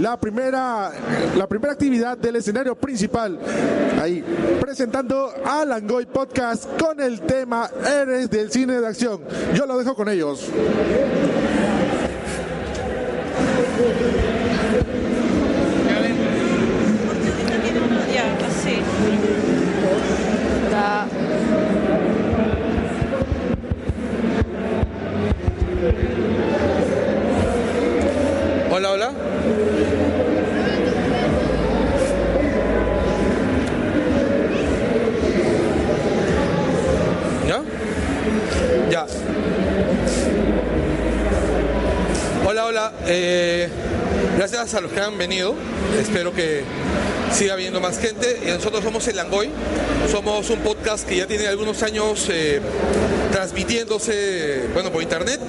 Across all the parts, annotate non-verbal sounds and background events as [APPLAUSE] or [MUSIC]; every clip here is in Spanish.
la primera, la primera actividad del escenario principal. Ahí, presentando a Langoy Podcast con el tema Eres del cine de acción. Yo lo dejo con ellos. Hola, hola. ¿Ya? Ya. Hola, hola. Eh, gracias a los que han venido. Espero que siga habiendo más gente. Y Nosotros somos El Langoy. Somos un podcast que ya tiene algunos años eh, transmitiéndose, bueno, por internet.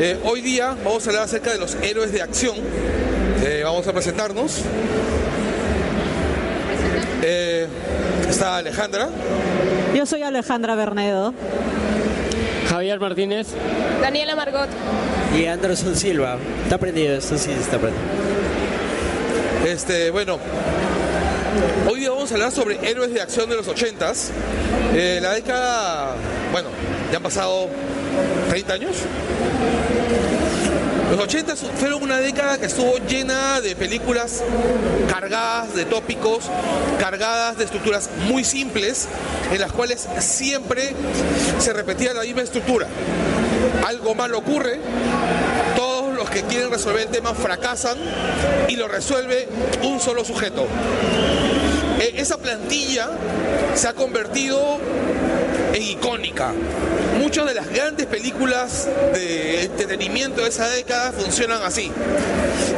Eh, hoy día vamos a hablar acerca de los héroes de acción. Eh, vamos a presentarnos. Eh, está Alejandra. Yo soy Alejandra Bernedo. Javier Martínez. Daniela Margot. Y Anderson Silva. Está prendido, eso sí está prendido. Este, bueno, hoy día vamos a hablar sobre héroes de acción de los 80s. Eh, la década, bueno, ya han pasado 30 años. Los 80 fueron una década que estuvo llena de películas cargadas de tópicos, cargadas de estructuras muy simples, en las cuales siempre se repetía la misma estructura. Algo mal ocurre, todos los que quieren resolver el tema fracasan y lo resuelve un solo sujeto. Eh, Esa plantilla se ha convertido en icónica. Muchas de las grandes películas de entretenimiento de esa década funcionan así.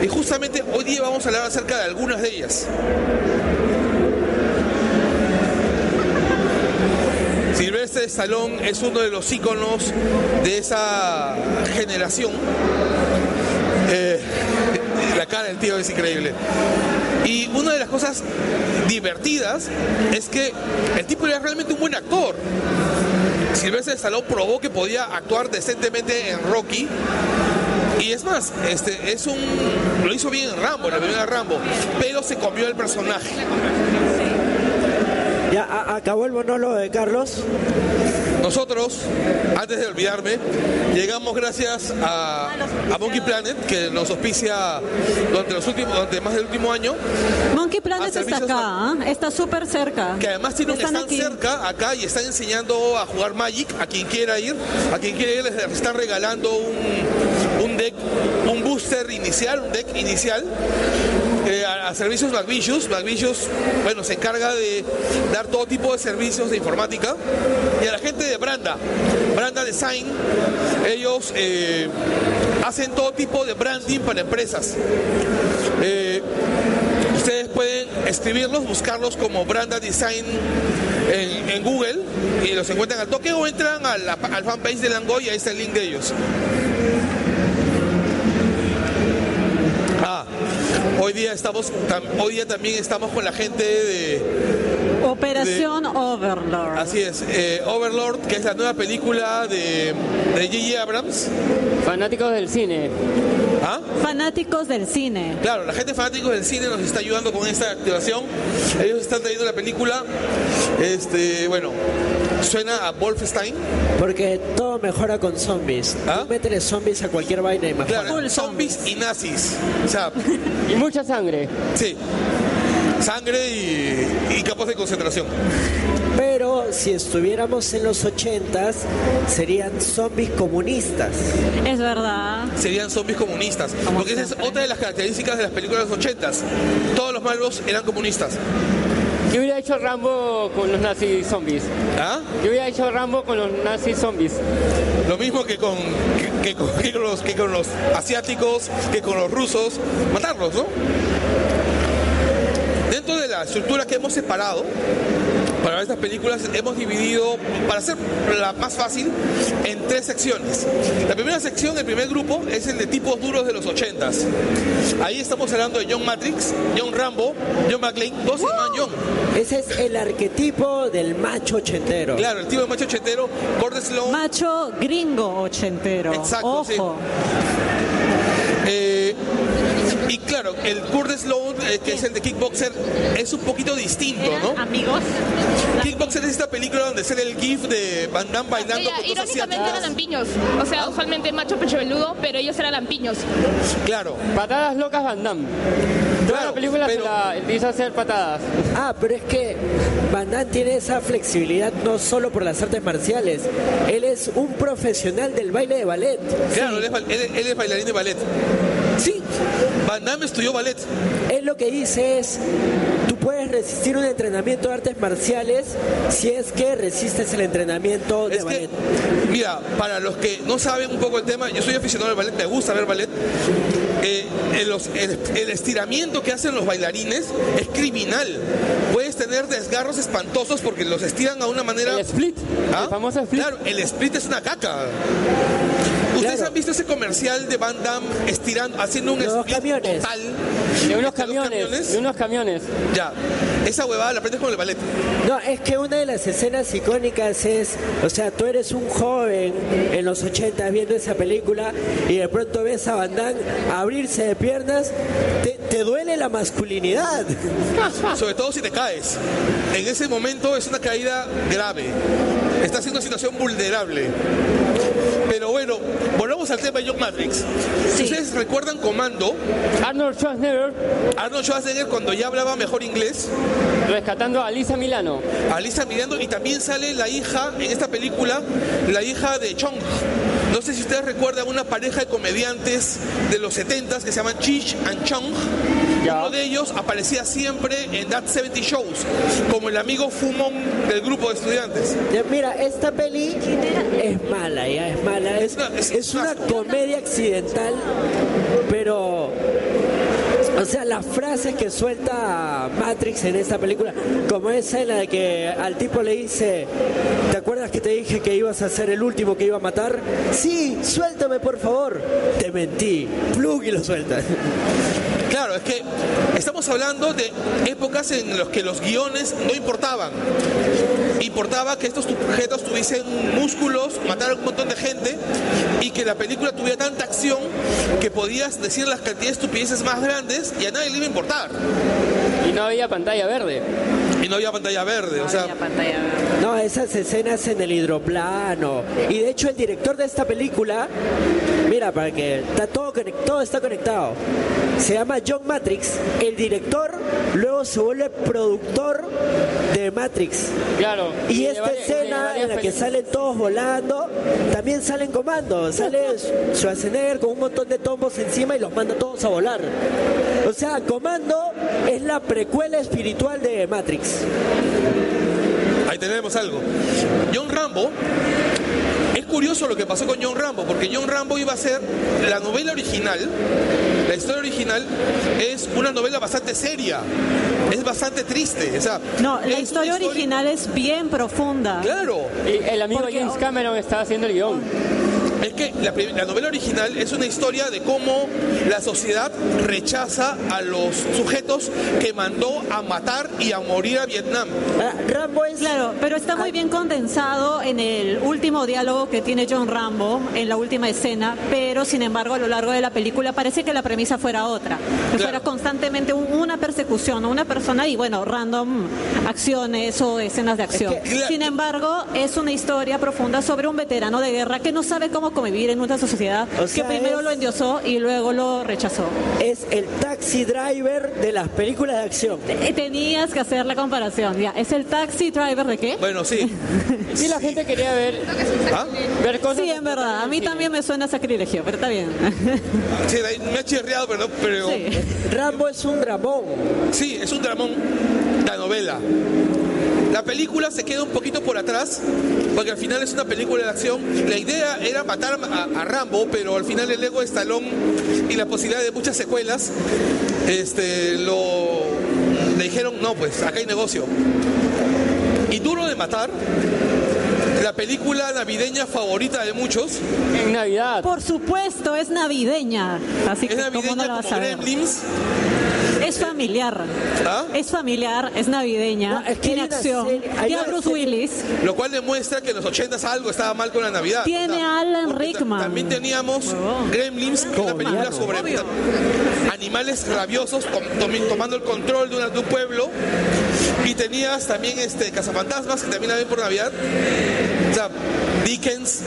Y justamente hoy día vamos a hablar acerca de algunas de ellas. Sylvester Stallone es uno de los íconos de esa generación. Eh, la cara del tío es increíble. Y una de las cosas divertidas es que el tipo era realmente un buen actor. Sylvester Stallone probó que podía actuar decentemente en Rocky. Y es más, este es un lo hizo bien en Rambo, en la primera Rambo, pero se comió el personaje. Ya a- acabó el monólogo de Carlos. Nosotros, antes de olvidarme, llegamos gracias a, a Monkey Planet, que nos auspicia durante los últimos, durante más del último año, Monkey Planet Ah, está servicios acá, ¿ah? está súper cerca. que además tiene un Están stand aquí. cerca acá y están enseñando a jugar Magic a quien quiera ir, a quien quiera ir les están regalando un, un deck, un booster inicial, un deck inicial. eh, a, a servicios MacVicious, MacVicious, bueno, se encarga de dar todo tipo de servicios de informática. Y a la gente de Branda, Branda Design, ellos eh, hacen todo tipo de branding para empresas. Eh, Ustedes pueden escribirlos, buscarlos como Branda Design en, en Google y los encuentran al toque o entran a la- al fanpage de Langoy y ahí está el link de ellos. Ah, hoy día estamos, tam- hoy día también estamos con la gente de, Operación Overlord. así es, eh, Overlord, que es la nueva película de, de Gigi Abrams. Fanáticos del cine. ¿Ah? Fanáticos del cine. Claro, la gente fanática del cine nos está ayudando con esta activación. Ellos están trayendo la película. Este, bueno, suena a Wolfenstein. Porque todo mejora con zombies. ¿Ah? Tú métele zombies a cualquier vaina y mejora. Claro, Full zombies y nazis. O sea, [LAUGHS] Y mucha sangre. sí. Sangre y, y campos de concentración. Pero si estuviéramos en los 80s, serían zombies comunistas. Es verdad. Serían zombies comunistas. Porque esa es siempre. otra de las características de las películas de los ochentas. Todos los malos eran comunistas. Yo hubiera hecho Rambo con los nazis zombies. ¿Ah? Yo hubiera hecho Rambo con los nazis zombies. Lo mismo que con, que, que con, que con [LAUGHS] los, que con los asiáticos, que con los rusos, matarlos, ¿no? Dentro de la estructura que hemos separado para estas películas, hemos dividido, para hacer la más fácil, en tres secciones. La primera sección, el primer grupo, es el de tipos duros de los 80s. Ahí estamos hablando de John Matrix, John Rambo, John McClane, dos hermanos John. Ese es el arquetipo del macho ochentero. Claro, el tipo de macho chetero, Gordon Sloan, Macho gringo ochentero. Exacto, sí. Ojo. Eh, y Cla- claro, el Kurt Sloan, eh, que es el de Kickboxer, es un poquito distinto, ¿Eran ¿no? amigos? Kickboxer es esta película donde sale el GIF de Van Damme bailando Ella- con dos irónicamente eran asiáticas. lampiños. O sea, usualmente macho pechoveludo, pero ellos eran lampiños. Claro, Patadas locas Van Damme. Toda Claro, la película pero- se la empieza a hacer patadas. Ah, pero es que Van Damme tiene esa flexibilidad no solo por las artes marciales. Él es un profesional del baile de ballet. claro, él, es, ba- él- él es bailarín de ballet. Sí, Van Damme estudió ballet. él lo que dice es, tú puedes resistir un entrenamiento de artes marciales si es que resistes el entrenamiento de Es que, ballet. mira, para los que no saben un poco el tema, yo soy aficionado al ballet, me gusta ver ballet. Eh, en los- el, el estiramiento que hacen los bailarines es criminal. Puedes tener desgarros espantosos porque los estiran a una manera. El split, ¿Ah? el famoso split. Claro, el split es una caca. ¿Ustedes Claro. han visto ese comercial de Van Damme estirando, haciendo un Los split camiones. total? De unos Entre los camiones, camiones. de unos camiones. Ya, esa huevada la aprendes con el ballet. No, es que una de las escenas icónicas es, o sea, tú eres un joven en los 80 viendo esa película y de pronto ves a Van Damme abrirse de piernas, te, te duele la masculinidad. Ah. Sobre todo si te caes. En ese momento es una caída grave. Estás en una situación vulnerable. Pero bueno, volvamos al tema de John Matrix. Si ustedes recuerdan Comando, Arnold Schwarzenegger Arnold Schwarzenegger cuando ya hablaba mejor inglés, rescatando a Lisa Milano. Alisa mirando y también sale la hija en esta película, la hija de Chong. No sé si ustedes recuerdan una pareja de comediantes de los 70s que se llaman Chich and Chong. Ya. Uno de ellos aparecía siempre en That 70 Shows, como el amigo fumón del grupo de estudiantes. Ya, Mira, esta peli es mala, ya es mala. Es, No, es- es una comedia accidental, pero... O sea, las frases que suelta Matrix en esta película, como esa en la de que al tipo le dice, ¿te acuerdas que te dije que ibas a ser el último que iba a matar? Sí, suéltame por favor. Te mentí. Plug y lo suelta. Claro, es que estamos hablando de épocas en las que los guiones no importaban. Importaba que estos sujetos tuviesen músculos, mataran a un montón de gente y que la película tuviera tanta acción que podías decir las cantidades de estupideces más grandes y a nadie le iba a importar. Y no había pantalla verde. Y no había pantalla verde, o sea, No, esas escenas en el hidroplano. Y de hecho el director de esta película, mira, para que está todo conectado, todo está conectado. Se llama John Matrix. El director luego se vuelve productor de Matrix. Claro. Y de esta varias- de escena varias en la que películas. salen todos volando, también salen comando, sale Schwarzenegger con un montón de tombos encima y los manda todos a volar. O sea, Comando es la precuela espiritual de Matrix. ahí tenemos algo. John Rambo, es curioso lo que pasó con John Rambo, porque John Rambo iba a ser la novela original, la historia original es una novela bastante seria, es bastante triste. o sea, No, es la una historia original es bien profunda. Claro, Y el amigo James Cameron estaba haciendo el guión. es que la, pri- la novela original es una historia de cómo la sociedad rechaza a los sujetos que mandó a matar y a morir a Vietnam. Ah, Rambo es Claro, pero está muy bien condensado en el último diálogo que tiene John Rambo en la última escena, pero sin embargo a lo largo de la película parece que la premisa fuera otra, que fuera constantemente un- una persecución a una persona y bueno, random acciones o escenas de acción. Es que- sin embargo, es una historia profunda sobre un veterano de guerra que no sabe cómo convivir en una sociedad O que sea, primero es- lo endiosó y luego lo rechazó. es el taxi driver de las películas de acción. Eh, Tenías que hacer la comparación, ya. ¿Es el taxi driver de qué? Bueno, [LAUGHS] sí. Y la gente quería ver, ¿Ah? ver cosas. Sí, en verdad. A mí también me suena sacrilegio, pero está bien. [LAUGHS] Sí, de ahí me ha chirriado, pero, no- pero Sí. Rambo es un dramón. Sí, es un dramón, la novela. La película se queda un poquito por atrás, porque al final es una película de acción. La idea era matar a, a Rambo, pero al final el ego de Stallone y la posibilidad de muchas secuelas, este, lo, le dijeron, no, pues acá hay negocio. Y Duro de Matar, la película navideña favorita de muchos, em- En Navidad. Por supuesto, es navideña. Así es que, ¿cómo no navideña la vas como a ver? Gremlins, Es familiar. ¿Ah? Es familiar, es navideña, No, es que tiene hay una acción. serie- hay tiene a una Bruce serie- Willis. Lo cual demuestra que en los 80 algo estaba mal con la Navidad. Tiene O sea, Alan porque ta- Rickman. También teníamos Huevón. Gremlins, que es una película Obvio. sobre Obvio. animales rabiosos com- tomi- tomando el control de, una- de un pueblo. Y tenías también este Cazafantasmas, que también la ven por Navidad. O sea, Dickens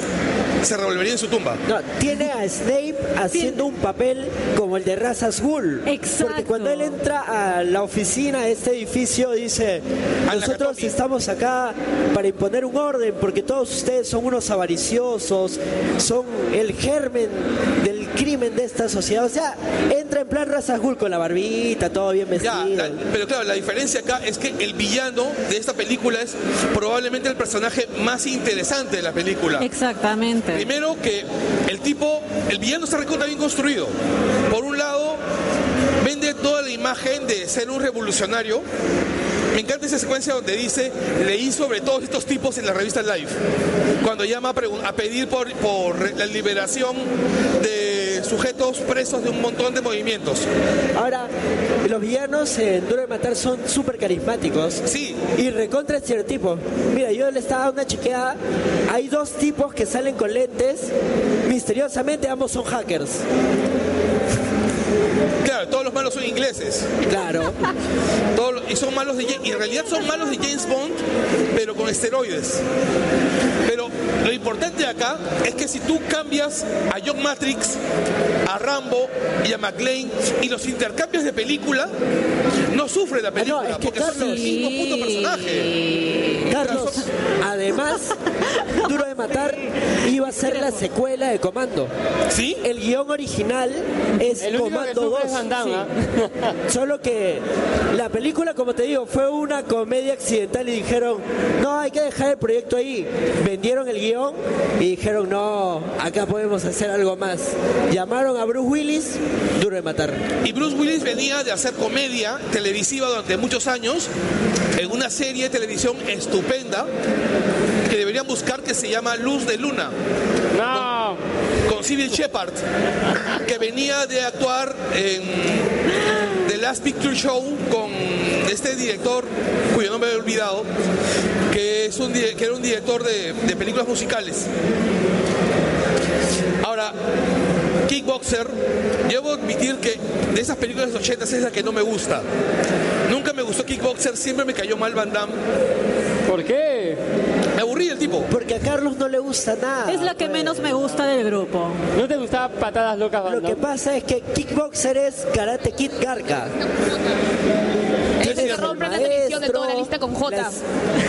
se revolvería en su tumba. No, tiene a Snape haciendo un papel como el de Razas Ghoul. Exacto. Porque cuando él entra a la oficina de este edificio dice, la nosotros Katomi". estamos acá para imponer un orden porque todos ustedes son unos avariciosos, son el germen del crimen de esta sociedad. O sea, entra en plan Razas Ghoul con la barbita, todo bien Ya, vestido. la- pero claro, la diferencia acá es que el villano de esta película es probablemente el personaje más interesante de la película. Exactamente. Primero que el tipo, el villano está recontra bien construido. Por un lado, vende toda la imagen de ser un revolucionario. Me encanta esa secuencia donde dice, leí sobre todos estos tipos en la revista Life. Cuando llama a, pregun- a pedir por, por re- la liberación de sujetos presos de un montón de movimientos. Ahora, los villanos en Duro de Matar son súper carismáticos. Sí. Y recontra estereotipos. Mira, yo le estaba dando una chequeada. Hay dos tipos que salen con lentes. Misteriosamente, ambos son hackers. Claro, todos los malos son ingleses. Claro. Todos los- y son malos de Ja- y en realidad son malos de James Bond, pero con esteroides. Pero lo importante acá es que si tú cambias a John Matrix, a Rambo y a McLean y los intercambias de película, no sufre la película, Ah, no, es que porque son Carlos- los mismos putos personajes. Carlos, además, Duro de Matar iba a ser la secuela de Comando. ¿Sí? El guión original es El único que Comando sufre 2. es Van Damme, ¿ah? [LAUGHS] Solo que la película, como te digo, fue una comedia accidental y dijeron, no, hay que dejar el proyecto ahí. Vendieron el guión y dijeron, no, acá podemos hacer algo más. Llamaron a Bruce Willis, duro de matar. Y Bruce Willis venía de hacer comedia televisiva durante muchos años en una serie de televisión estupenda que deberían buscar que se llama Luz de Luna. No, con Civil Shepard, que venía de actuar en The Last Picture Show con este director, cuyo nombre he olvidado, que, es un, di- que era un director de, de películas musicales. Ahora, Kickboxer, debo admitir que de esas películas de los 80 es la que no me gusta. Nunca me gustó Kickboxer, siempre me cayó mal Van Damme. ¿por qué? Me aburrí el tipo. Porque a Carlos no le gusta nada. Es la que pues. menos me gusta del grupo. ¿No te gustaba patadas locas, Van Lo que Damme? pasa es que Kickboxer es Karate Kid Garca. El que Tienes al rompe la tradición de toda la maestro, lista con J. las-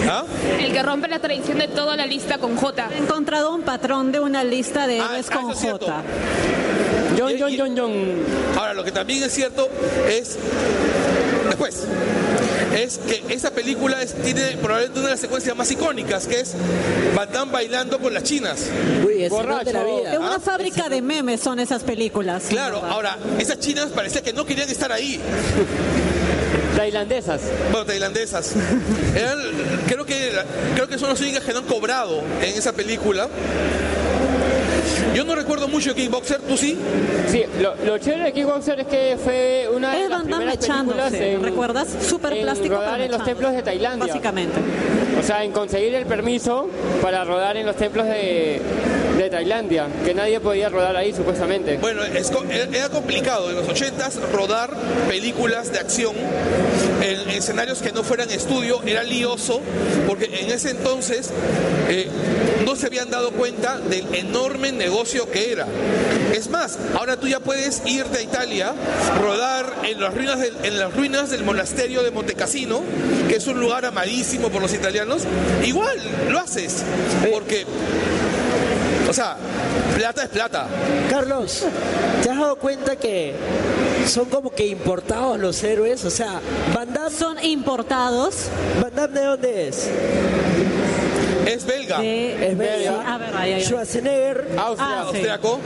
¿Ah? El que rompe la tradición de toda la lista con J. He encontrado un patrón de una lista de Ah, héroes ah, eso con es cierto. J. John, Eh, Y- John, y- John, John. Ahora, lo que también es cierto es, después, es que esta película es- tiene probablemente una de las secuencias más icónicas, que es Van Damme bailando con las chinas. Uy, ese no es de la Borracho. Es vida. una fábrica de memes son esas películas. Claro, ¿verdad? ahora, esas chinas parecía que no querían estar ahí, Tailandesas. bueno, tailandesas. Eran, creo, que, creo que son las únicas que no han cobrado en esa película. Yo no recuerdo mucho de Kickboxer, ¿tú sí? Sí, lo, lo chévere de Kickboxer es que fue una de Es las Van Damme primeras películas echándose, en, ¿recuerdas? Súper en plástico. rodar pero en los echándose, templos de Tailandia. Básicamente. O sea, en conseguir el permiso para rodar en los templos de, de Tailandia, que nadie podía rodar ahí supuestamente. Bueno, es co- e, era complicado en los 80s rodar películas de acción en escenarios que no fueran estudio, era lioso, porque en ese entonces eh, no se habían dado cuenta del enorme negocio que era. Es más, ahora tú ya puedes irte a Italia, rodar en las ruinas del, en las ruinas del monasterio de Montecassino, que es un lugar amadísimo por los italianos, igual lo haces, porque, o sea, plata es plata. Carlos, ¿te has dado cuenta que son como que importados los héroes? O sea, Van Damme, Son importados Van Damme ¿de dónde es? Es belga. de... Es belga. Sí, a ver, ahí, ahí. Schwarzenegger, Austria. Ah, sí. austriaco,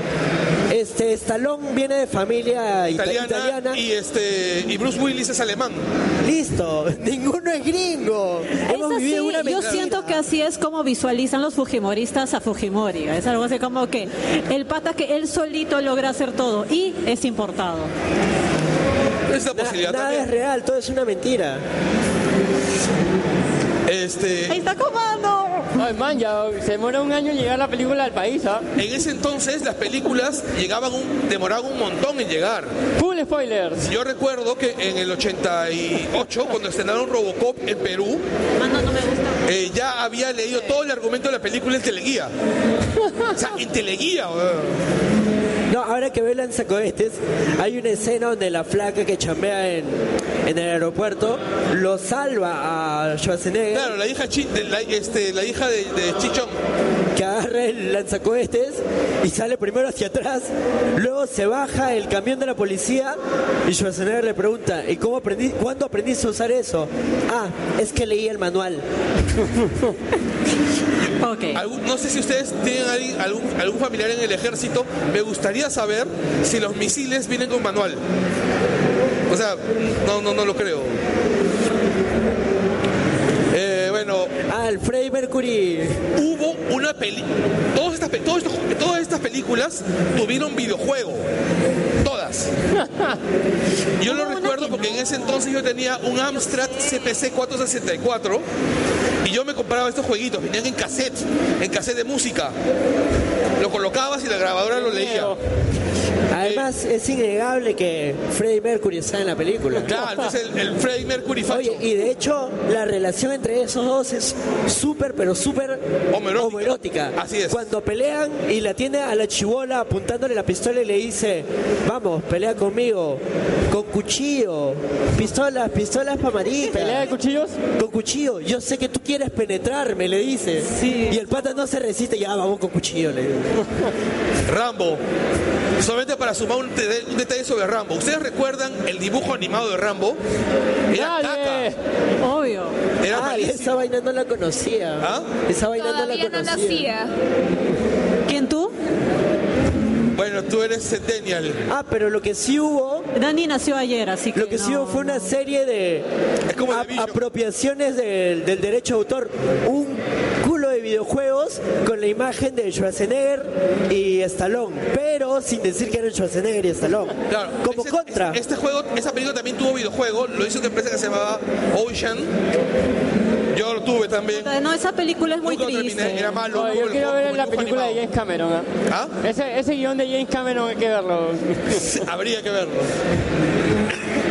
este, Stallone viene de familia ita- italiana, italiana. y este y Bruce Willis es alemán. Listo, [LAUGHS] ninguno es gringo. Es así, yo siento que así es como visualizan los Fujimoristas a Fujimori. Es algo así como que el pata que él solito logra hacer todo y es importado. es la Na- posibilidad nada es también. real, todo es una mentira. Ahí Este, está comando. Ay, man, ya se demora un año en llegar la película al país, ¿ah? en ese entonces las películas llegaban un, demoraban un montón en llegar. Full spoilers. Yo recuerdo que en el 88, cuando estrenaron Robocop en Perú, Ah, no, no me gusta. eh, ya había leído todo el argumento de la película en Teleguía. O sea, en Teleguía. [LAUGHS] weón. No, ahora que veo lanzacohetes, hay una escena donde la flaca que chambea en, en el aeropuerto lo salva a Schwarzenegger, Claro, la hija, chi- de la, este, la hija de, de Chichón. que agarra el lanzacohetes y sale primero hacia atrás, luego se baja el camión de la policía y Schwarzenegger le pregunta, ¿y cómo aprendí, cuándo aprendiste a usar eso? Ah, es que leí el manual. Ok. Algún- no sé si ustedes tienen ahí algún, algún familiar en el ejército. Me gustaría saber si los misiles vienen con manual. O sea, no, no, no lo creo. Eh, bueno, Ah, el Freddie Mercury. hubo una peli. Todas estas, pe- todos estos- todas estas películas tuvieron videojuego. [LAUGHS] Todas. Yo lo Hubo una recuerdo que porque en ese entonces yo tenía un Amstrad CPC 464 y yo me compraba estos jueguitos. Venían en cassette, en cassette de música. Lo colocabas y la grabadora lo leía. Pero, Además, es innegable que Freddie Mercury está en la película. Claro, entonces el, el Freddie Mercury facho. Oye, y de hecho, la relación entre esos dos es súper, pero súper Homoerótica. homoerótica. Así es. Cuando pelean y la tiene a la chivola apuntándole la pistola y le dice, vamos, pelea conmigo, con cuchillo, pistolas, pistolas pa' marica. ¿Pelea de cuchillos? Con cuchillo, yo sé que tú quieres penetrarme, le dice. Sí. Y el pata no se resiste, ya vamos con cuchillo, le dice. Rambo. Solamente para sumar un, te- un detalle sobre Rambo. ¿Ustedes recuerdan el dibujo animado de Rambo? Era ¡Nadie! caca. Obvio. Era Ah, malísimo. esa vaina no la conocía. ¿Ah? Esa vaina Todavía no la no conocía. nacía. ¿Quién tú? Bueno, tú eres centennial. ah, pero lo que sí hubo Dani nació ayer, así que. Lo que sí no, hubo fue una no. serie de Es como The Vision. apropiaciones del, del derecho de autor. Un culo de videojuegos con la imagen de Schwarzenegger y Stallone, pero sin decir que eran Schwarzenegger y Stallone. Claro. Como Ese- contra. Este juego, esa película también tuvo videojuego. Lo hizo una empresa que se llamaba Ocean. Yo lo tuve también. No, esa película es muy Nunca lo terminé, triste. Era malo. Oye, como yo el quiero juego, ver como la el dibujo película de animado. James Cameron, ¿ah? ¿Ah? Ese, ese guión de James Cameron hay que verlo. Sí, Habría que verlo.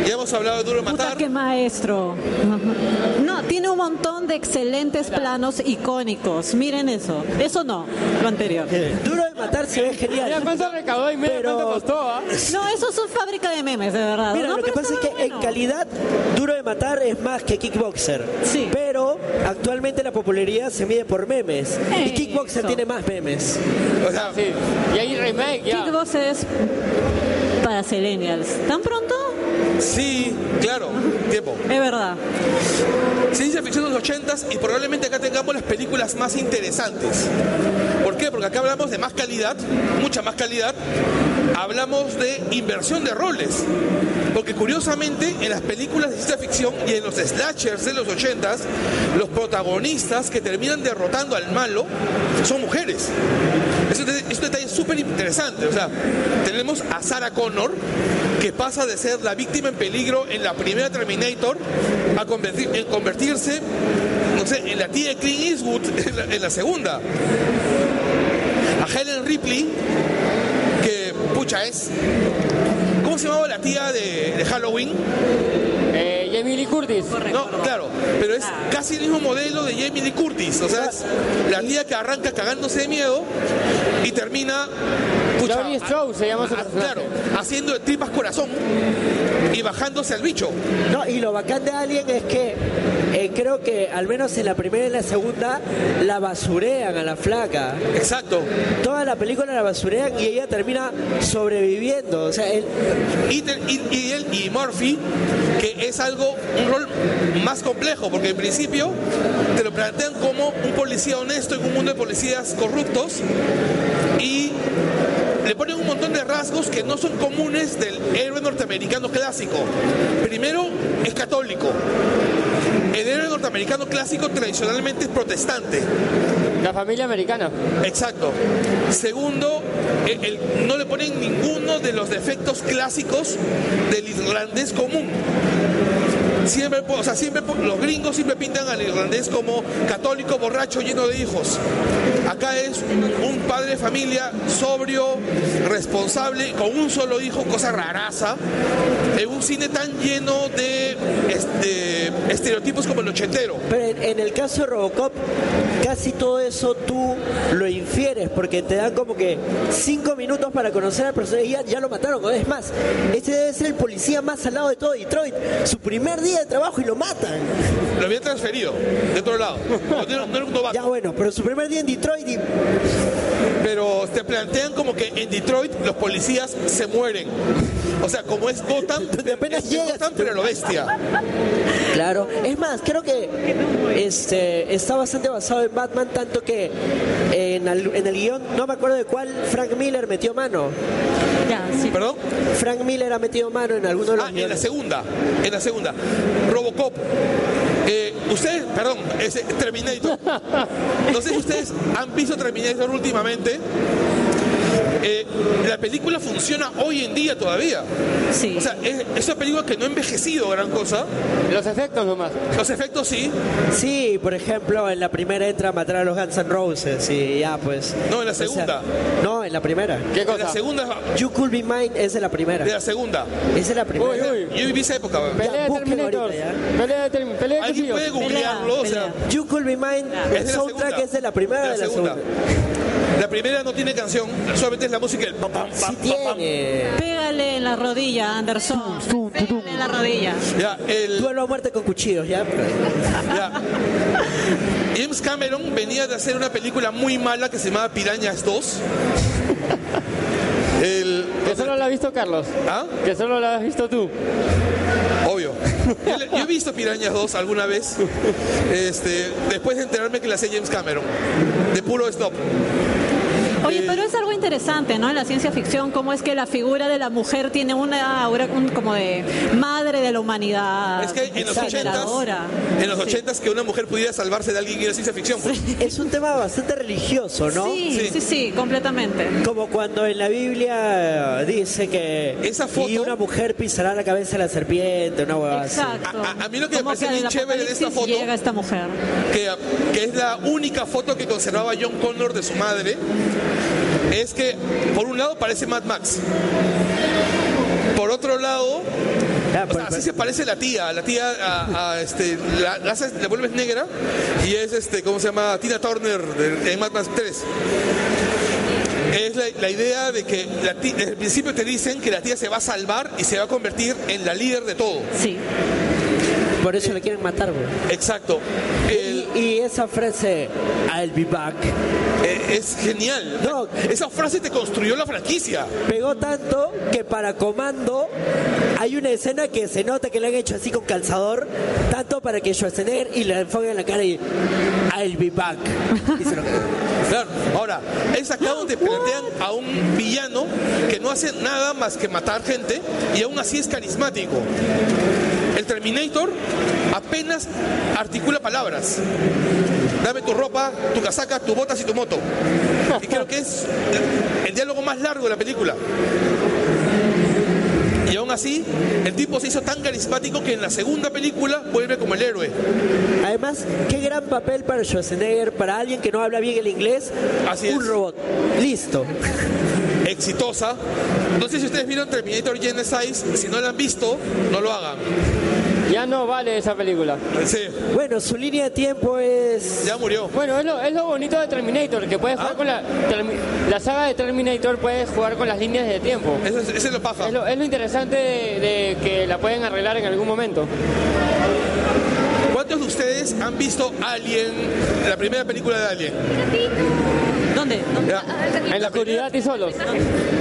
Ya hemos hablado de Duro de Puta Matar. que maestro. Ajá. No, tiene un montón de excelentes planos icónicos. Miren eso. Eso no, lo anterior. este- Duro de matar se ve Mira genial. cuánto recaudó y mira Pero- cuánto costó, ¿ah? No, eso es una fábrica de memes, de verdad. Mira, no, lo que pero pasa es está que muy en bueno. calidad Duro de Matar es más que Kickboxer. Sí. Pero actualmente la popularidad se mide por memes. Y Kickboxer Eso. tiene más memes. O sea, Sí. Y hay remake, ya. Kickbox es para Selenials. ¿Tan pronto? sí, claro. Tiempo. Es verdad. Ciencia ficción de los 80 y probablemente acá tengamos las películas más interesantes. ¿Por qué? Porque acá hablamos de más calidad, mucha más calidad. Hablamos de inversión de roles. Porque curiosamente en las películas de ciencia ficción y en los slashers de los 80 los protagonistas que terminan derrotando al malo son mujeres. Es un, detalle- es un detalle súper interesante. O sea, tenemos a Sarah Connor, que pasa de ser la víctima en peligro en la primera Terminator a convertir- en convertirse, no sé, en la tía de Clint Eastwood [LAUGHS] en la, en la segunda. A Helen Ripley, que pucha es. ¿Cómo se llamaba la tía de, de Halloween? Eh, Jamie Lee Curtis. No, claro, pero es casi el mismo modelo de Jamie Lee Curtis. O sea, es la tía que arranca cagándose de miedo y termina. Pucha, Laurie Strode se llama su Ah, personaje. Claro, haciendo de tripas corazón y bajándose al bicho. No, y lo bacán de Alien es que eh, creo que al menos en la primera y en la segunda la basurean a la flaca. Exacto. Toda la película la basurean y ella termina sobreviviendo. O sea, el- Y, te- y- y él y Murphy, que es algo, un rol más complejo, porque en principio te lo plantean como un policía honesto en un mundo de policías corruptos y le ponen un montón de rasgos que no son comunes del héroe norteamericano clásico. Primero, es católico. El héroe norteamericano clásico tradicionalmente es protestante. La familia americana. Exacto. Segundo, eh, el- no le ponen ninguno de los defectos clásicos del irlandés común. Siempre, po- o sea, siempre po- los gringos siempre pintan al irlandés como católico borracho lleno de hijos. Acá es un padre de familia sobrio, responsable, con un solo hijo, cosa raraza, en un cine tan lleno de este, estereotipos como el ochentero. Pero en, en el caso de Robocop, casi todo eso tú lo infieres, porque te dan como que cinco minutos para conocer al personaje y ya, ya lo mataron. Es más, este debe ser el policía más salado de todo Detroit. Su primer día de trabajo y lo matan. Lo había transferido de otro lado. No, no era un novato. Ya bueno, pero su primer día en Detroit y pero te plantean como que en Detroit los policías se mueren. O sea, como es Gotham, Donde apenas es llegas. Gotham, pero a lo bestia. Claro, es más, creo que este está bastante basado en Batman, tanto que eh, en el, en el guión, no me acuerdo de cuál, Frank Miller metió mano. Ya, sí. ¿Perdón? Frank Miller ha metido mano en alguno de los Ah, en la guiones. segunda, en la segunda. Robocop. Eh, ustedes, perdón, ese Terminator. No sé si ustedes han visto Terminator últimamente. Eh, la película funciona hoy en día todavía. sí. O sea, es, es una película que no ha envejecido gran cosa. Los efectos nomás. Los efectos sí. Sí, por ejemplo, en la primera entra a matar a los Guns N' Roses y ya pues. No, en la O sea, segunda. no, en la primera. ¿Qué En la cosa? segunda, You Could Be Mine es de la primera. de la segunda. Es de la primera. Uy, uy. Yo viví esa época. Pelea de búsquenlo Terminator. ahorita, Pelea de Terminator. Pelea de ¿Alguien cuchillos. puede googlearlo? O sea, pelea. You Could Be Mine, es el de la soundtrack segunda. es de la primera o de la segunda. La primera no tiene canción, solamente es la música. El pam, pam, pam, Sí pam, pam. tiene. Pégale en la rodilla, Anderson. Pégale en la rodilla. Ya, el, Duelo a muerte con cuchillos, ya. pues. ya. James Cameron venía de hacer una película muy mala que se llamaba Pirañas 2. El, Que solo la has visto Carlos. ¿Ah? Que solo la has visto tú. Obvio. Yo, le- yo he visto Pirañas 2 alguna vez, este, después de enterarme que la hacía James Cameron, de puro stop. Oye, pero es algo interesante, ¿no? En la ciencia ficción, cómo es que la figura de la mujer tiene una aura un- como de madre de la humanidad. Es que en los etcétera, 80 ahora. en los 80s que una mujer pudiera salvarse de alguien que era ciencia ficción. pues. Es un tema bastante religioso, ¿no? Sí, Sí. sí, sí, completamente. Como cuando en la Biblia eh, dice que Esa foto- y una mujer pisará la cabeza de la serpiente, una huevada así. Exacto. A- a- a mí lo que me Como parece en bien el chévere de esta apocalipsis foto- Llega esta mujer. que, que es la única foto que conservaba John Connor de su madre, es que por un lado parece Mad Max. Por otro lado, Ah, o pues, sea, así se parece la tía, la tía a, a, este, la, la haces- la vuelves negra y es este, ¿cómo se llama? Tina Turner de, de Mad Max 3. Es la, la idea de que la ti- desde el principio te dicen que la tía se va a salvar y se va a convertir en la líder de todo. Sí. por eso le quieren matar, güey. Exacto. El- Y, y esa frase, I'll be back, Eh, Es genial. No. Esa frase te construyó la franquicia. pegó tanto que para Comando hay una escena que se nota que le han hecho así con calzador, tanto para que Schwarzenegger y le enfoquen en la cara y I'll be back. Y se lo- Claro. Ahora, es acá donde plantean a un villano que no hace nada más que matar gente y aún así es carismático. El Terminator apenas articula palabras. Dame tu ropa, tu casaca, tus botas y tu moto. Y creo que es el diálogo más largo de la película. Y aún así, el tipo se hizo tan carismático que en la segunda película vuelve como el héroe. Además, qué gran papel para Schwarzenegger, para alguien que no habla bien el inglés, Así un es. robot. Listo. exitosa. No sé si ustedes vieron Terminator Genesis, si no la han visto, no lo hagan. Ya no vale esa película. Sí, Bueno, su línea de tiempo es. ya murió. Bueno, es lo, es lo bonito de Terminator, que puedes jugar Ah. con la, Termi- la saga de Terminator, puedes jugar con las líneas de tiempo. Eso es, eso es lo paja. Es lo, es lo interesante de, de que la pueden arreglar en algún momento. ¿Cuántos de ustedes han visto Alien, la primera película de Alien? ¿Dónde? ¿Dónde? Ya. En la oscuridad y solos.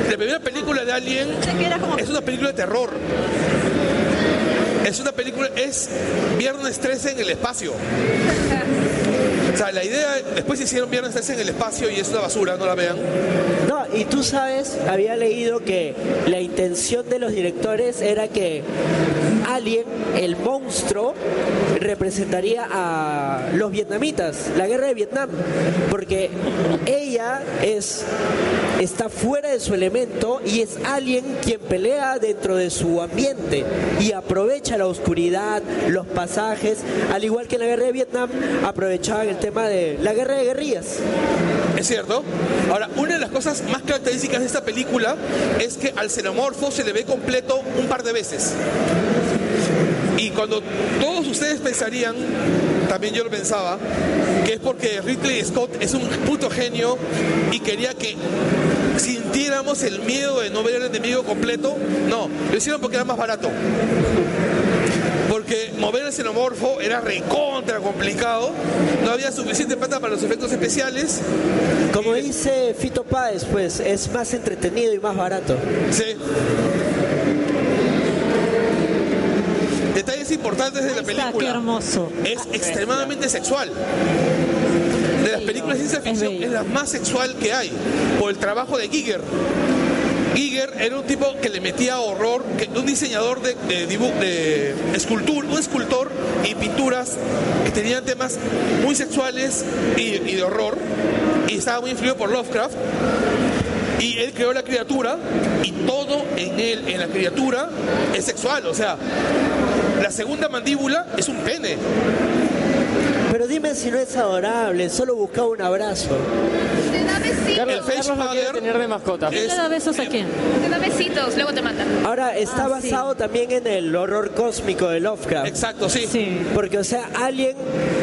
La primera película de Alien Que era como- es una película de terror. Es una película, es Viernes 13 en el espacio. O sea, la idea, después hicieron Viernes 13 en el espacio y es una basura, no la vean. No, y tú sabes, había leído que la intención de los directores era que alien, el monstruo, representaría a los vietnamitas, la guerra de Vietnam, porque ella es está fuera de su elemento y es alguien quien pelea dentro de su ambiente y aprovecha la oscuridad, los pasajes, al igual que en la guerra de Vietnam aprovechaban el tema de la guerra de guerrillas. Es cierto. Ahora, una de las cosas más características de esta película es que al xenomorfo se le ve completo un par de veces. Y cuando todos ustedes pensarían, también yo lo pensaba, que es porque Ridley Scott es un puto genio y quería que sintiéramos el miedo de no ver al enemigo completo, no, lo hicieron porque era más barato. Porque mover el xenomorfo era recontra complicado, no había suficiente plata para los efectos especiales. Como dice Fito Páez, pues es más entretenido y más barato. Sí. Detalles importantes de la Ahí está, película. qué hermoso. es extremadamente sexual. De las películas de ciencia Es ficción bello. es la más sexual que hay, por el trabajo de Giger. Giger era un tipo que le metía horror, que, un diseñador de, de, dibu- de escultura, un escultor y pinturas que tenían temas muy sexuales y, y de horror, y estaba muy influido por Lovecraft. Y él creó la criatura y todo en él, en la criatura, es sexual. O sea, la segunda mandíbula es un pene. Pero dime si no es adorable, solo buscaba un abrazo. Te da besitos. Carlos, El face Carlos no quiere powder- tener de mascota. Eh, ¿Quién le da besos a quién? Te da besitos, luego te mata. Ahora, está Ah, sí. basado también en el horror cósmico de Lovecraft. Exacto, sí. Sí. Porque, o sea, Alien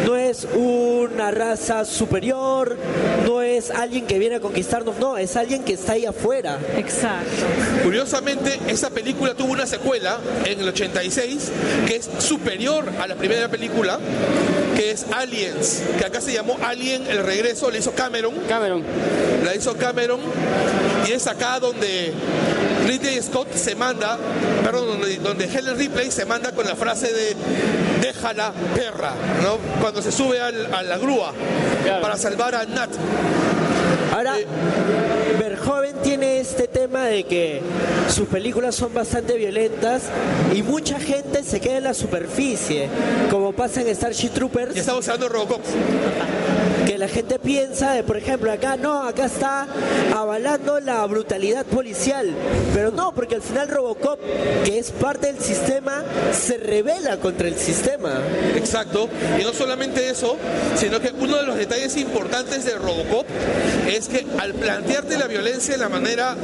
no es una raza superior, no es alguien que viene a conquistarnos, no, es alguien que está ahí afuera. Exacto. Curiosamente, esa película tuvo una secuela en el 86 que es superior a la primera película, que es Aliens, que acá se llamó Alien el regreso, la hizo Cameron, Cameron, la hizo Cameron y es acá donde Ridley Scott se manda, perdón, donde, donde Helen Ripley se manda con la frase de déjala perra, ¿no? Cuando se sube al- a la grúa Claro. para salvar a Nat. Ahora, Eh. Verjoven tiene este tema de que sus películas son bastante violentas y mucha gente se queda en la superficie, como pasa en Starship Troopers. Y estamos hablando de Robocop. que la gente piensa de, por ejemplo, acá no, acá está avalando la brutalidad policial, pero no, porque al final Robocop, que es parte del sistema, se revela contra el sistema. Exacto. Y no solamente eso, sino que uno de los detalles importantes de Robocop es que al plantearte la violencia de la manera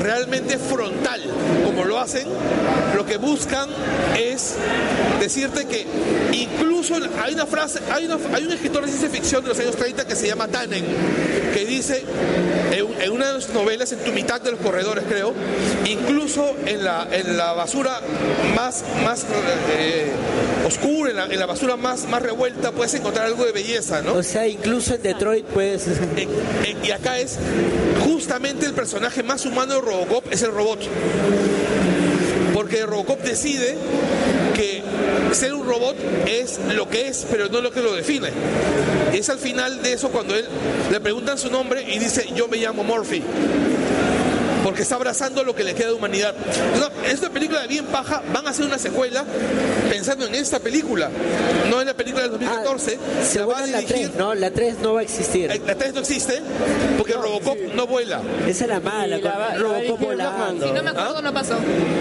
realmente frontal, como lo hacen, lo que buscan es decirte que incluso hay una frase, hay, una- hay un escritor de ciencia ficción de los años 30 que se llama Tannen, que dice en, en una de sus novelas, en tu mitad de los corredores creo, incluso en la, en la basura más, más eh, oscura, en la, en la basura más, más revuelta, puedes encontrar algo de belleza, ¿no? O sea, incluso en Detroit, pues, Eh, eh, y acá es justamente el personaje más humano de Robocop es el robot. Porque Robocop decide que ser un robot es lo que es, pero no lo que lo define. Es al final de eso cuando él le preguntan su nombre y dice yo me llamo Murphy. Porque está abrazando lo que le queda de humanidad. No, esta película de bien paja van a hacer una secuela pensando en esta película, no en la película del ah, 2014. se la va a vuela la dirigir 3, ¿no? La 3 no va a eh, existir. La 3 no existe porque Robocop no vuela. Esa es la mala, Y la va- con la va a Robocop dirigir volando. Blackman. Si no me acuerdo, no pasó.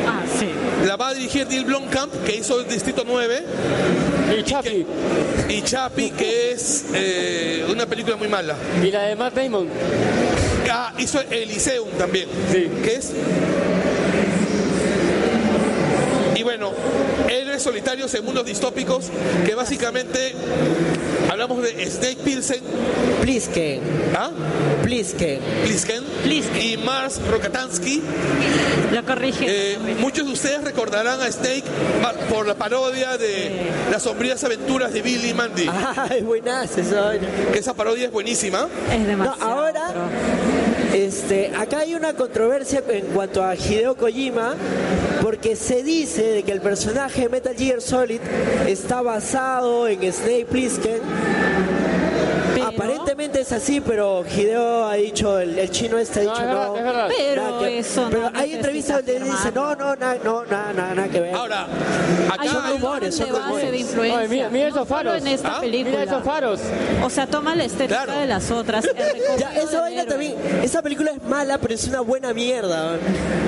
Ah, sí. La va a dirigir Neil Blomkamp, que hizo el Distrito 9, y Chappie, y Chapi, que es eh, una película muy mala. y la de Matt Damon. Ah, hizo Elyseum también, Sí. que es... Y bueno, Héroes Solitarios en Mundos Distópicos, que básicamente hablamos de Snake Pilsen, Plisken, ¿ah? Plisken. Plisken, Plisken. y Mars Rokatansky, Lo corrige. Eh, muchos de ustedes recordarán a Snake ma- por la parodia de las sombrías aventuras de Billy y Mandy. Ay, buenas, eso. Que esa parodia es buenísima. es No, demasiado. ahora, este, acá hay una controversia en cuanto a Hideo Kojima, porque se dice de que el personaje de Metal Gear Solid está basado en Snake Plissken, pero- Aparentemente es así, pero Hideo ha dicho, el, el chino este ha No, dicho es no. verdad, es verdad. Nada Pero que- eso pero no hay necesita entrevistas donde dice, afirmarlo. no, no, na- no, nada, nada que ver. Ahora, Hay un acá hay- montón rumores, son de base de rumores. influencia. Oye, mira- mira no esos solo faros. en esta ¿Ah? película. Mira esos faros. O sea, toma la estética Claro. de las otras. el recorrido Ya, esa del vaina héroe. también, esa película es mala, pero es una buena mierda.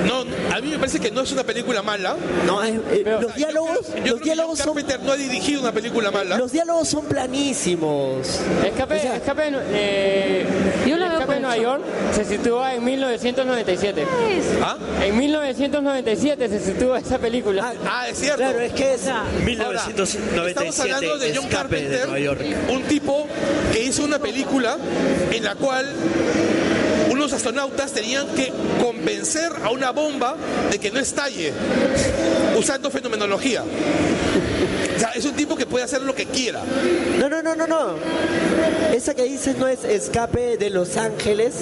no, a mí me parece que no es una película mala. No, es- eh, Pero- los Yo diálogos, creo- yo creo los que John diálogos son, Carpenter no ha dirigido una película mala. los diálogos son planísimos. Escape, O sea, escape, en- eh, Yo la veo Escape por en Nueva eso. York se sitúa en 1997. Es- ¿Ah? En 1997 se sitúa esa película. Ah, es cierto. Claro, es que es... Ya. 1997. Estamos hablando de John escape Carpenter, de Nueva York. un tipo que hizo una película en la cual unos astronautas tenían que convencer a una bomba de que no estalle usando fenomenología. O sea, es un tipo que puede hacer lo que quiera. No, no, no, no, no. Esa que dices no es Escape de Los Ángeles.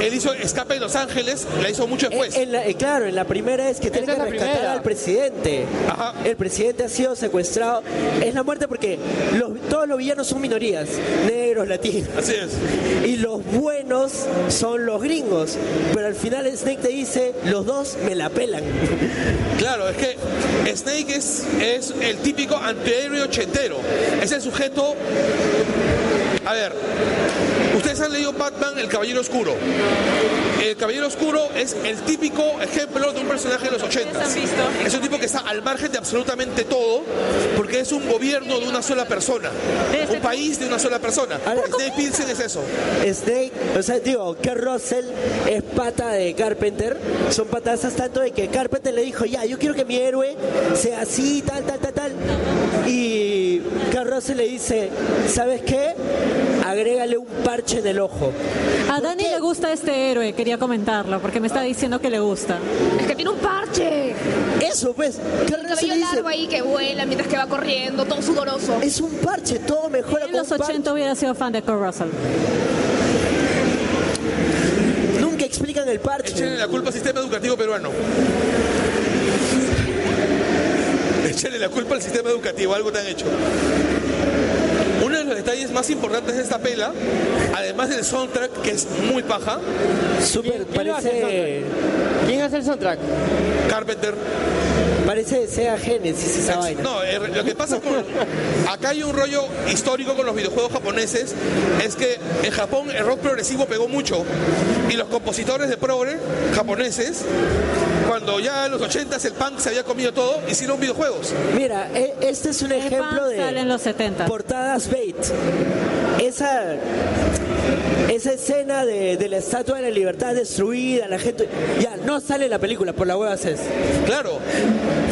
Él hizo Escape de Los Ángeles, la hizo mucho después. En la- eh, claro, en la primera es que Esa tiene que es la rescatar primera. al presidente. Ajá. El presidente ha sido secuestrado. Es la muerte porque los- todos los villanos son minorías, negros, latinos. Así es. Y los buenos son los gringos. Pero al final Snake te dice, los dos me la pelan. [LAUGHS] Claro, es que Snake es, es el típico antihéroe ochentero. Es el sujeto. A ver, ustedes han leído Batman, el Caballero Oscuro. El Caballero Oscuro es el típico ejemplo de un personaje de los ochentas. han visto? Es un tipo que está al margen de absolutamente todo porque es un gobierno de una sola persona, un país de una sola persona. Ahora- Snake Pilsen es eso. Snake, o sea, digo, que Russell es pata de Carpenter. Son patazas tanto de que Carpenter le dijo, ya, yo quiero que mi héroe sea así, tal, tal, tal, tal. Y que Russell le dice, ¿sabes qué? Agrégale un parche en el ojo. A Dani le gusta este héroe, quería comentarlo, porque me está diciendo que le gusta. Es que tiene un parche. Eso, pues, que El Russell cabello le dice, largo ahí que vuela mientras que va corriendo, todo sudoroso. es un parche, todo mejora En con los un parche. 80 hubiera sido fan de Kurt Russell. Nunca explican el Échenle parche. la culpa al sistema educativo peruano. Échenle la culpa al sistema educativo, algo te han hecho. Uno de los detalles más importantes de esta pela, además del soundtrack, que es muy paja, Súper, ¿Quién lo hace, parece, ¿Quién hace el soundtrack? Carpenter. parece sea Genesis esa vaina. No, eh, lo que pasa con. Acá hay un rollo histórico con los videojuegos japoneses, es que en Japón el rock progresivo pegó mucho. Y los compositores de progre japoneses, cuando ya en los 80s el punk se había comido todo, hicieron videojuegos. Mira, e- este es un ejemplo de... sale en los 70. Portadas Bait. Esa, esa escena de, de la estatua de la libertad destruida, la gente. Ya, no sale en la película, por la hueva haces. Claro,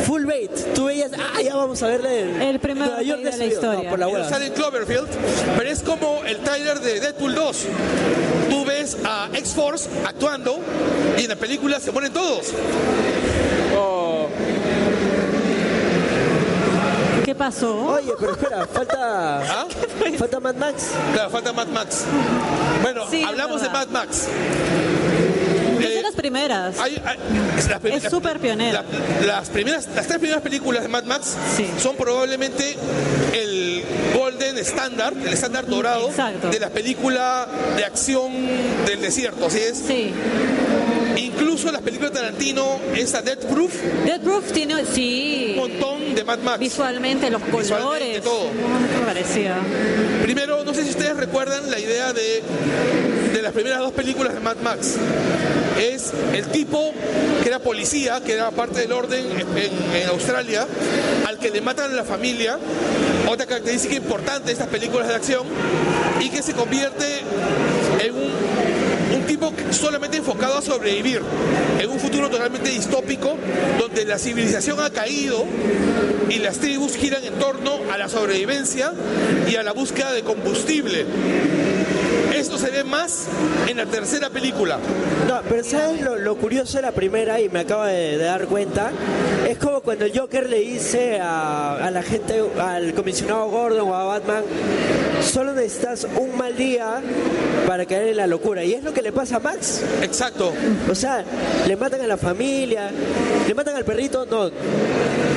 Full Bait. Tú veías, ah, ya vamos a verle el. El primer Nueva York bait de la destruido. No, historia. por la Pero hueva. eh, sale en Cloverfield, pero es como el trailer de Deadpool 2. Tú ves a X-Force actuando y en la película se ponen todos. ¿Qué pasó? Oye, pero espera, [LAUGHS] falta. ¿Ah? Falta Mad Max. Claro, falta Mad Max. Bueno, Sí, es hablamos de verdad. Mad Max. Es Eh, de las primeras. hay- hay- las prim- Es súper pionero. la- las, primeras, las tres primeras películas de Mad Max Sí. son probablemente el golden estándar, el estándar dorado Exacto. de la película de acción del desierto. Así es. Sí. Incluso las películas de Tarantino, esa Death Proof, Dead Proof tiene. Sí. un montón de Mad Max. Visualmente, los colores. Visualmente, todo. Me parecía. Primero, no sé si ustedes recuerdan la idea de, de las primeras dos películas de Mad Max. Es el tipo que era policía, que era parte del orden en, en Australia, al que le matan a la familia, otra característica importante de estas películas de acción, y que se convierte en un, un tipo solamente enfocado a sobrevivir, en un futuro totalmente distópico, donde la civilización ha caído y las tribus giran en torno a la sobrevivencia y a la búsqueda de combustible. Esto se ve más en la tercera película. No, pero ¿sabes lo, lo curioso de la primera? Y me acabo de, de dar cuenta. Es como cuando el Joker le dice a, a la gente, al comisionado Gordon o a Batman, solo necesitas un mal día para caer en la locura. Y es lo que le pasa a Max. Exacto. O sea, le matan a la familia, le matan al perrito. No,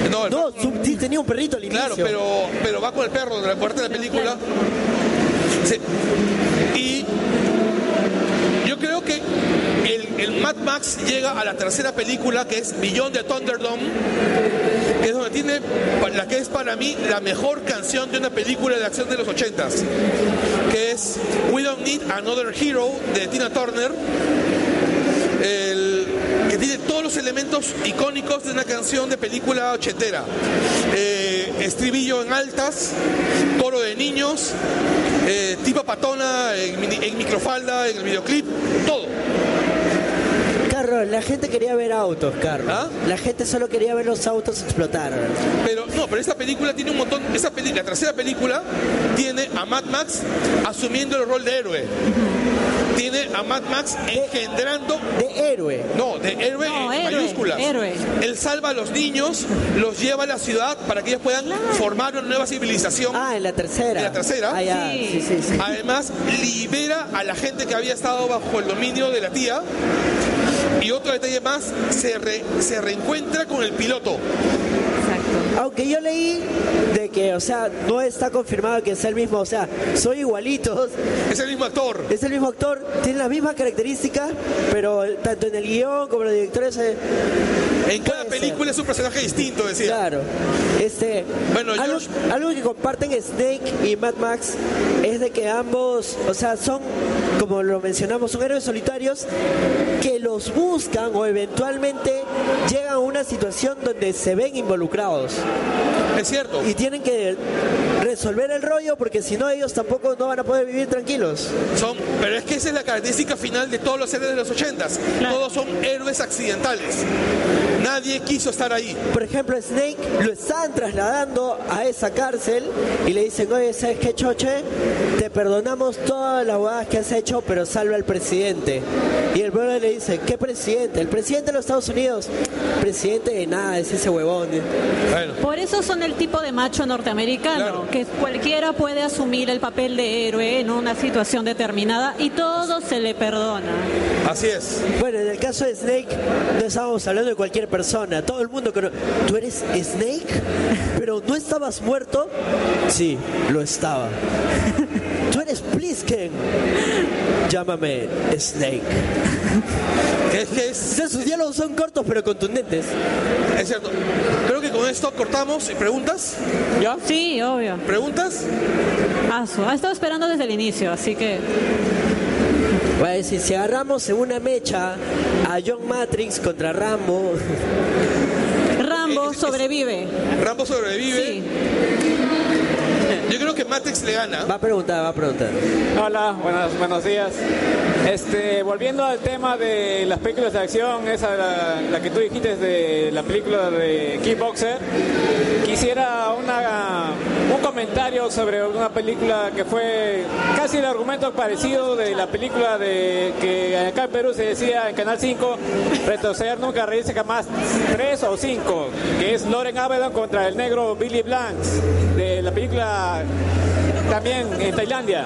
No, el- no, su- sí tenía un perrito al claro, inicio. pero, pero va con el perro de la puerta de la película. Se- y yo creo que el, el Mad Max llega a la tercera película que es Beyond de Thunderdome, que es donde tiene pa- la que es para mí la mejor canción de una película de acción de los 80s, que es We Don't Need Another Hero de Tina Turner, el- que tiene todos los elementos icónicos de una canción de película ochentera. Eh, estribillo en altas, coro de niños, eh, tipa patona en, mini- en microfalda, en el videoclip, todo. Carlos, la gente quería ver autos, Carlos. ¿Ah? La gente solo quería ver los autos explotar. Pero no, pero esta película tiene un montón, esa peli- la tercera película tiene a Mad Max asumiendo el rol de héroe. Tiene a Mad Max engendrando De héroe. No, de héroe No, en héroe, mayúsculas. héroe. Él salva a los niños, los lleva a la ciudad para que ellos puedan formar una nueva civilización. Ah, en la tercera. En la tercera. Ah, ya. Sí, Sí. sí, sí. Además, libera a la gente que había estado bajo el dominio de la tía. Y otro detalle más, se, re- se reencuentra con el piloto. Exacto. Aunque yo leí de que, o sea, no está confirmado que sea el mismo, o sea, son igualitos, Es el mismo actor. es el mismo actor, tiene las mismas características, pero tanto en el guión como en los directores, eh, En cada ser. película es un personaje distinto, decía. claro. Este, Bueno, algo, George- algo que comparten Snake y Mad Max es de que ambos, o sea, son, como lo mencionamos, son héroes solitarios que los buscan o eventualmente llegan a una situación donde se ven involucrados. Es cierto. y tienen que resolver el rollo porque si no ellos tampoco no van a poder vivir tranquilos. Son, pero es que esa es la característica final de todos los héroes de los ochentas. Claro. Todos son héroes accidentales. Nadie quiso estar ahí. Por ejemplo, Snake lo están trasladando a esa cárcel y le dicen, oye, ¿sabes qué, Choche? Te perdonamos todas las bobadas que has hecho, pero salva al presidente. Y el brother le dice, ¿qué presidente? El presidente de los Estados Unidos. Presidente de nada, es ese huevón. Bueno. Por eso son el tipo de macho norteamericano, Claro. que cualquiera puede asumir el papel de héroe en una situación determinada y todo se le perdona. Así es. Bueno, en el caso de Snake, no estábamos hablando de cualquier persona. Todo el mundo cono- ¿Tú eres Snake? ¿Pero no estabas muerto? Sí, lo estaba. ¿Tú eres Plisken? Llámame Snake. Que es que es, O sea, sus diálogos son cortos pero contundentes. es cierto. Creo que con esto cortamos. ¿Preguntas? ¿Ya? Sí, obvio. ¿Preguntas? Asu, ha estado esperando desde el inicio, así que Va a decir, si agarramos en una mecha a John Matrix contra Rambo, [LAUGHS] Eh, Es- Rambo es- sobrevive. Rambo sobrevive. Sí. Yo creo que Matrix le gana. va a preguntar, va a preguntar. Hola, buenos, buenos días. Este, volviendo al tema de las películas de acción, esa la, la que tú dijiste de la película de Kickboxer, quisiera una, un comentario sobre una película que fue casi el argumento parecido de la película de que acá en Perú se decía en Canal 5, retroceder nunca, reírse jamás, 3 o 5, que es Loren Avedon contra el negro Billy Blanks, de la película también en Tailandia.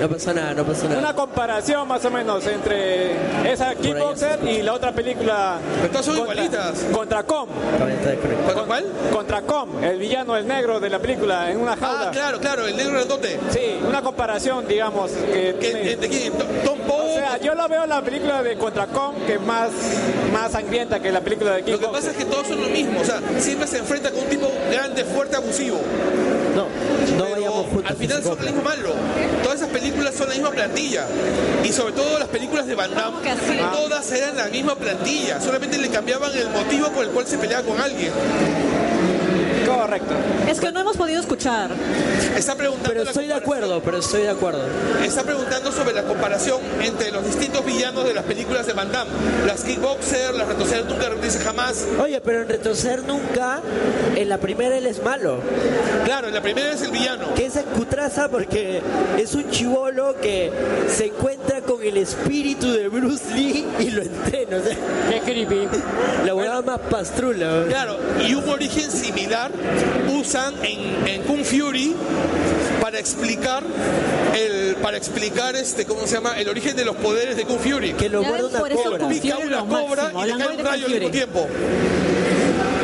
No pasó nada, no pasó nada. Una comparación más o menos entre esa Kickboxer y la otra película. Pero todas son igualitas. Contra Com. Comentario correcto. ¿Cuál? cuál? Contra Com, el villano, el negro de la película, en una Ah, jaula. claro, claro, el negro grandote. Sí, una comparación, digamos. Que Que- tiene- que- ¿De quién? To- Tom O Poe. sea, yo lo veo en la película de Contra Com, que es más, más sangrienta que la película de Lo que Kickboxer. pasa es que todos son lo mismo. O sea, siempre se enfrenta con un tipo grande, fuerte, abusivo. No, no vayamos Pero juntos. al final son el mismo malo. Todas esas películas son la misma plantilla. Y sobre todo las películas de Van Damme, ¿Cómo que así? todas eran la misma plantilla. Solamente le cambiaban el motivo por el cual se peleaba con alguien. Correcto. Es que no hemos podido escuchar. Está preguntando Pero la estoy de comparación. acuerdo, pero estoy de acuerdo. Está preguntando sobre la comparación entre los distintos villanos de las películas de Van Damme. Las Kickboxer, las Retroceder Nunca Regrese Jamás. Oye, pero en retroceder nunca, en la primera él es malo. Claro, la primera es el villano. Que es en cutraza porque es un chivolo que se encuentra con el espíritu de Bruce Lee y lo entrena. O sea, Qué creepy. la huevada más pastrula. ¿no? Claro, y un origen similar usan en, en Kung Fury para explicar el para explicar este cómo se llama el origen de los poderes de Kung Fury. Que lo Ya guarda ven, una por eso cobra. Kung pica Fury una lo cobra máximo, y le la cae muerte un de rayo al Kung mismo tiempo.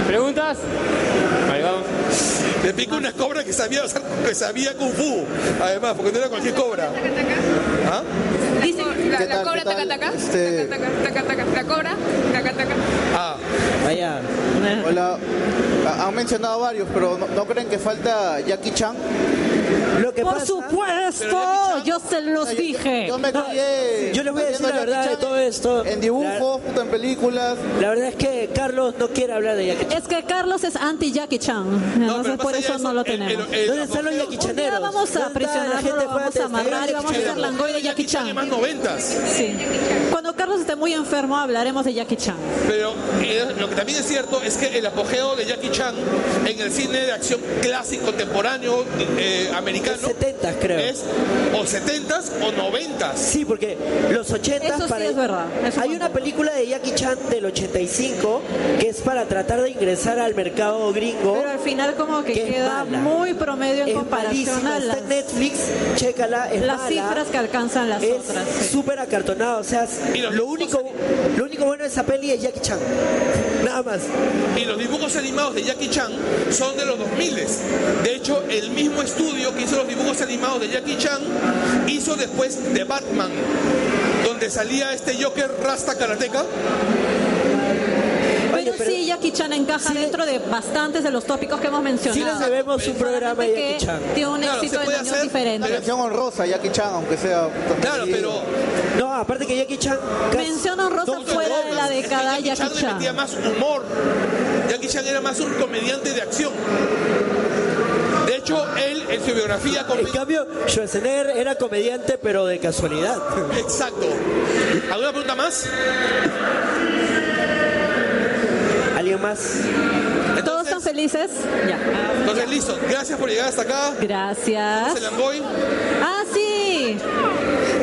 ¿Preguntas? Ahí vamos. Le pica una cobra que sabía, hacer- que sabía Kung Fu, además, porque no era cualquier cobra. ¿Ah? Dicen- La, ¿Qué la tal, cobra qué tal? taca taca, Este- taca taca, taca taca, la cobra taca taca. Ah, Vaya. Hola. Ah, Han mencionado varios, pero no, ¿no creen que falta Jackie Chan? Lo que Por pasa- supuesto, yo se O los sea, yo- dije. Yo, yo me No, crié yo les voy a decir la viendo Jackie verdad de Chan todo en- esto. En dibujos, puta, en películas. La verdad es que Carlos no quiere hablar de Jackie Chan. Es que Carlos es anti Jackie Chan, no, entonces pero por más allá eso de no eh, lo tenemos. el- el- ¿Dónde están los el- Jackie Un día Chaneros? vamos a ¿Dónde está la aprisionarlo, gente lo vamos fuerte? a amarrar y vamos a hacer langoy de Jackie es Chan. más noventas. Sí. Cuando Carlos esté muy enfermo hablaremos de Jackie Chan. Pero eh, lo que también es cierto es que el apogeo de Jackie Chan en el cine de acción clásico contemporáneo eh, americano Es 70s, creo. es o 70s o 90s. Sí, porque los 80 Eso sí para... es verdad, es un Hay buen una punto. película de Jackie Chan del 85 que es para tratar de ingresar al mercado gringo. Pero al final como que que es queda mala. muy promedio en Oh, es comparación malísima, a está las, en Netflix, chécala, es las mala, cifras que alcanzan las es otras. sí. súper acartonado, o sea, Y los lo dibujos único, lo único bueno de esa peli es Jackie Chan, [LAUGHS] nada más. Y los dibujos animados de Jackie Chan son de los 2000. De hecho, el mismo estudio que hizo los dibujos animados de Jackie Chan hizo después de Batman, donde salía este Joker Rasta Karateka. Pero, Oye, pero- sí, Jackie Chan encaja dentro de bastantes de los tópicos que hemos Sí les mencionado. debemos un programa de que Jackie Chan. tiene un Claro, se éxito en puede años hacer- diferentes. Mención honrosa, Jackie Chan, aunque sea. puta, Claro, perdido. pero No, aparte que Jackie Chan casi- Menciono Rosa Son fuera de dobles. la Es que década Jackie Chan Jackie le metía Chan. más humor. Jackie Chan era más un comediante de acción. De hecho, él en su biografía En comenta- cambio, Schwarzenegger era comediante pero de casualidad. [LAUGHS] Exacto. ¿Alguna pregunta más? ¿Alguien más? ¿Todos están felices? Ya. Entonces, listo. Gracias por llegar hasta acá. Gracias. Se la voy. Ah, sí.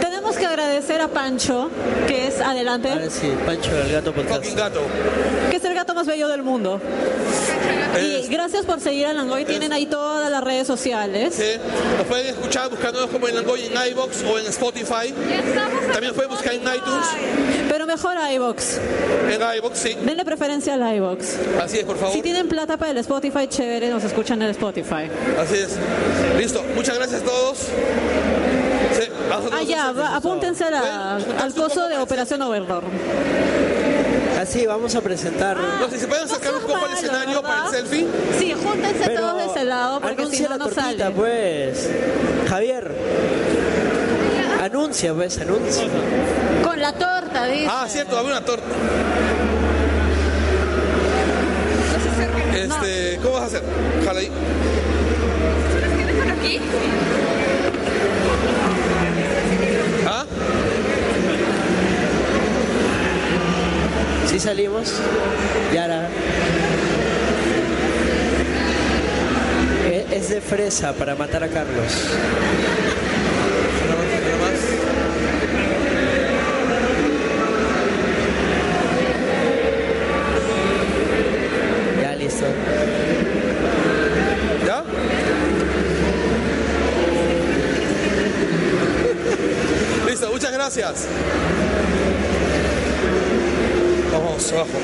Tenemos que agradecer a Pancho, que es adelante, Ahora sí, Pancho, el gato podcast. Fucking gato. que es el gato más bello del mundo. Y Es- gracias por seguir a Langoy. Tienen ahí todas las redes sociales. Sí. Nos pueden escuchar buscándonos como en Langoy en iBox o en Spotify. También pueden buscar en iTunes, Pero mejor iBox. en iBox, sí. Denle preferencia al iBox. Así es, por Si favor. tienen plata para el Spotify, chévere, nos escuchan en el Spotify. Así es. Listo. Muchas gracias a todos. Sí, vamos a- Ah, ya, va- apúntense a la- al coso de Operación Overlord. Así, vamos a presentarlo. Ah, No, si se pueden acercar un seas poco al malo, escenario para el ¿verdad? selfie. Sí, júntense Pero todos de ese lado porque si anuncia no, la no tortita, sale. pues. Javier. Anuncia, pues, anuncia. pues. Con la torta, dice. Ah, cierto, dame una torta. Este, ¿cómo vas a hacer? Jala ahí. ¿Las tienes por aquí? ¿Ah? ¿Sí salimos? Yara. E- Es de fresa para matar a Carlos. Una más, una más. Ya listo. ¿Ya? [LAUGHS] Listo, muchas gracias. Vamos, abajo.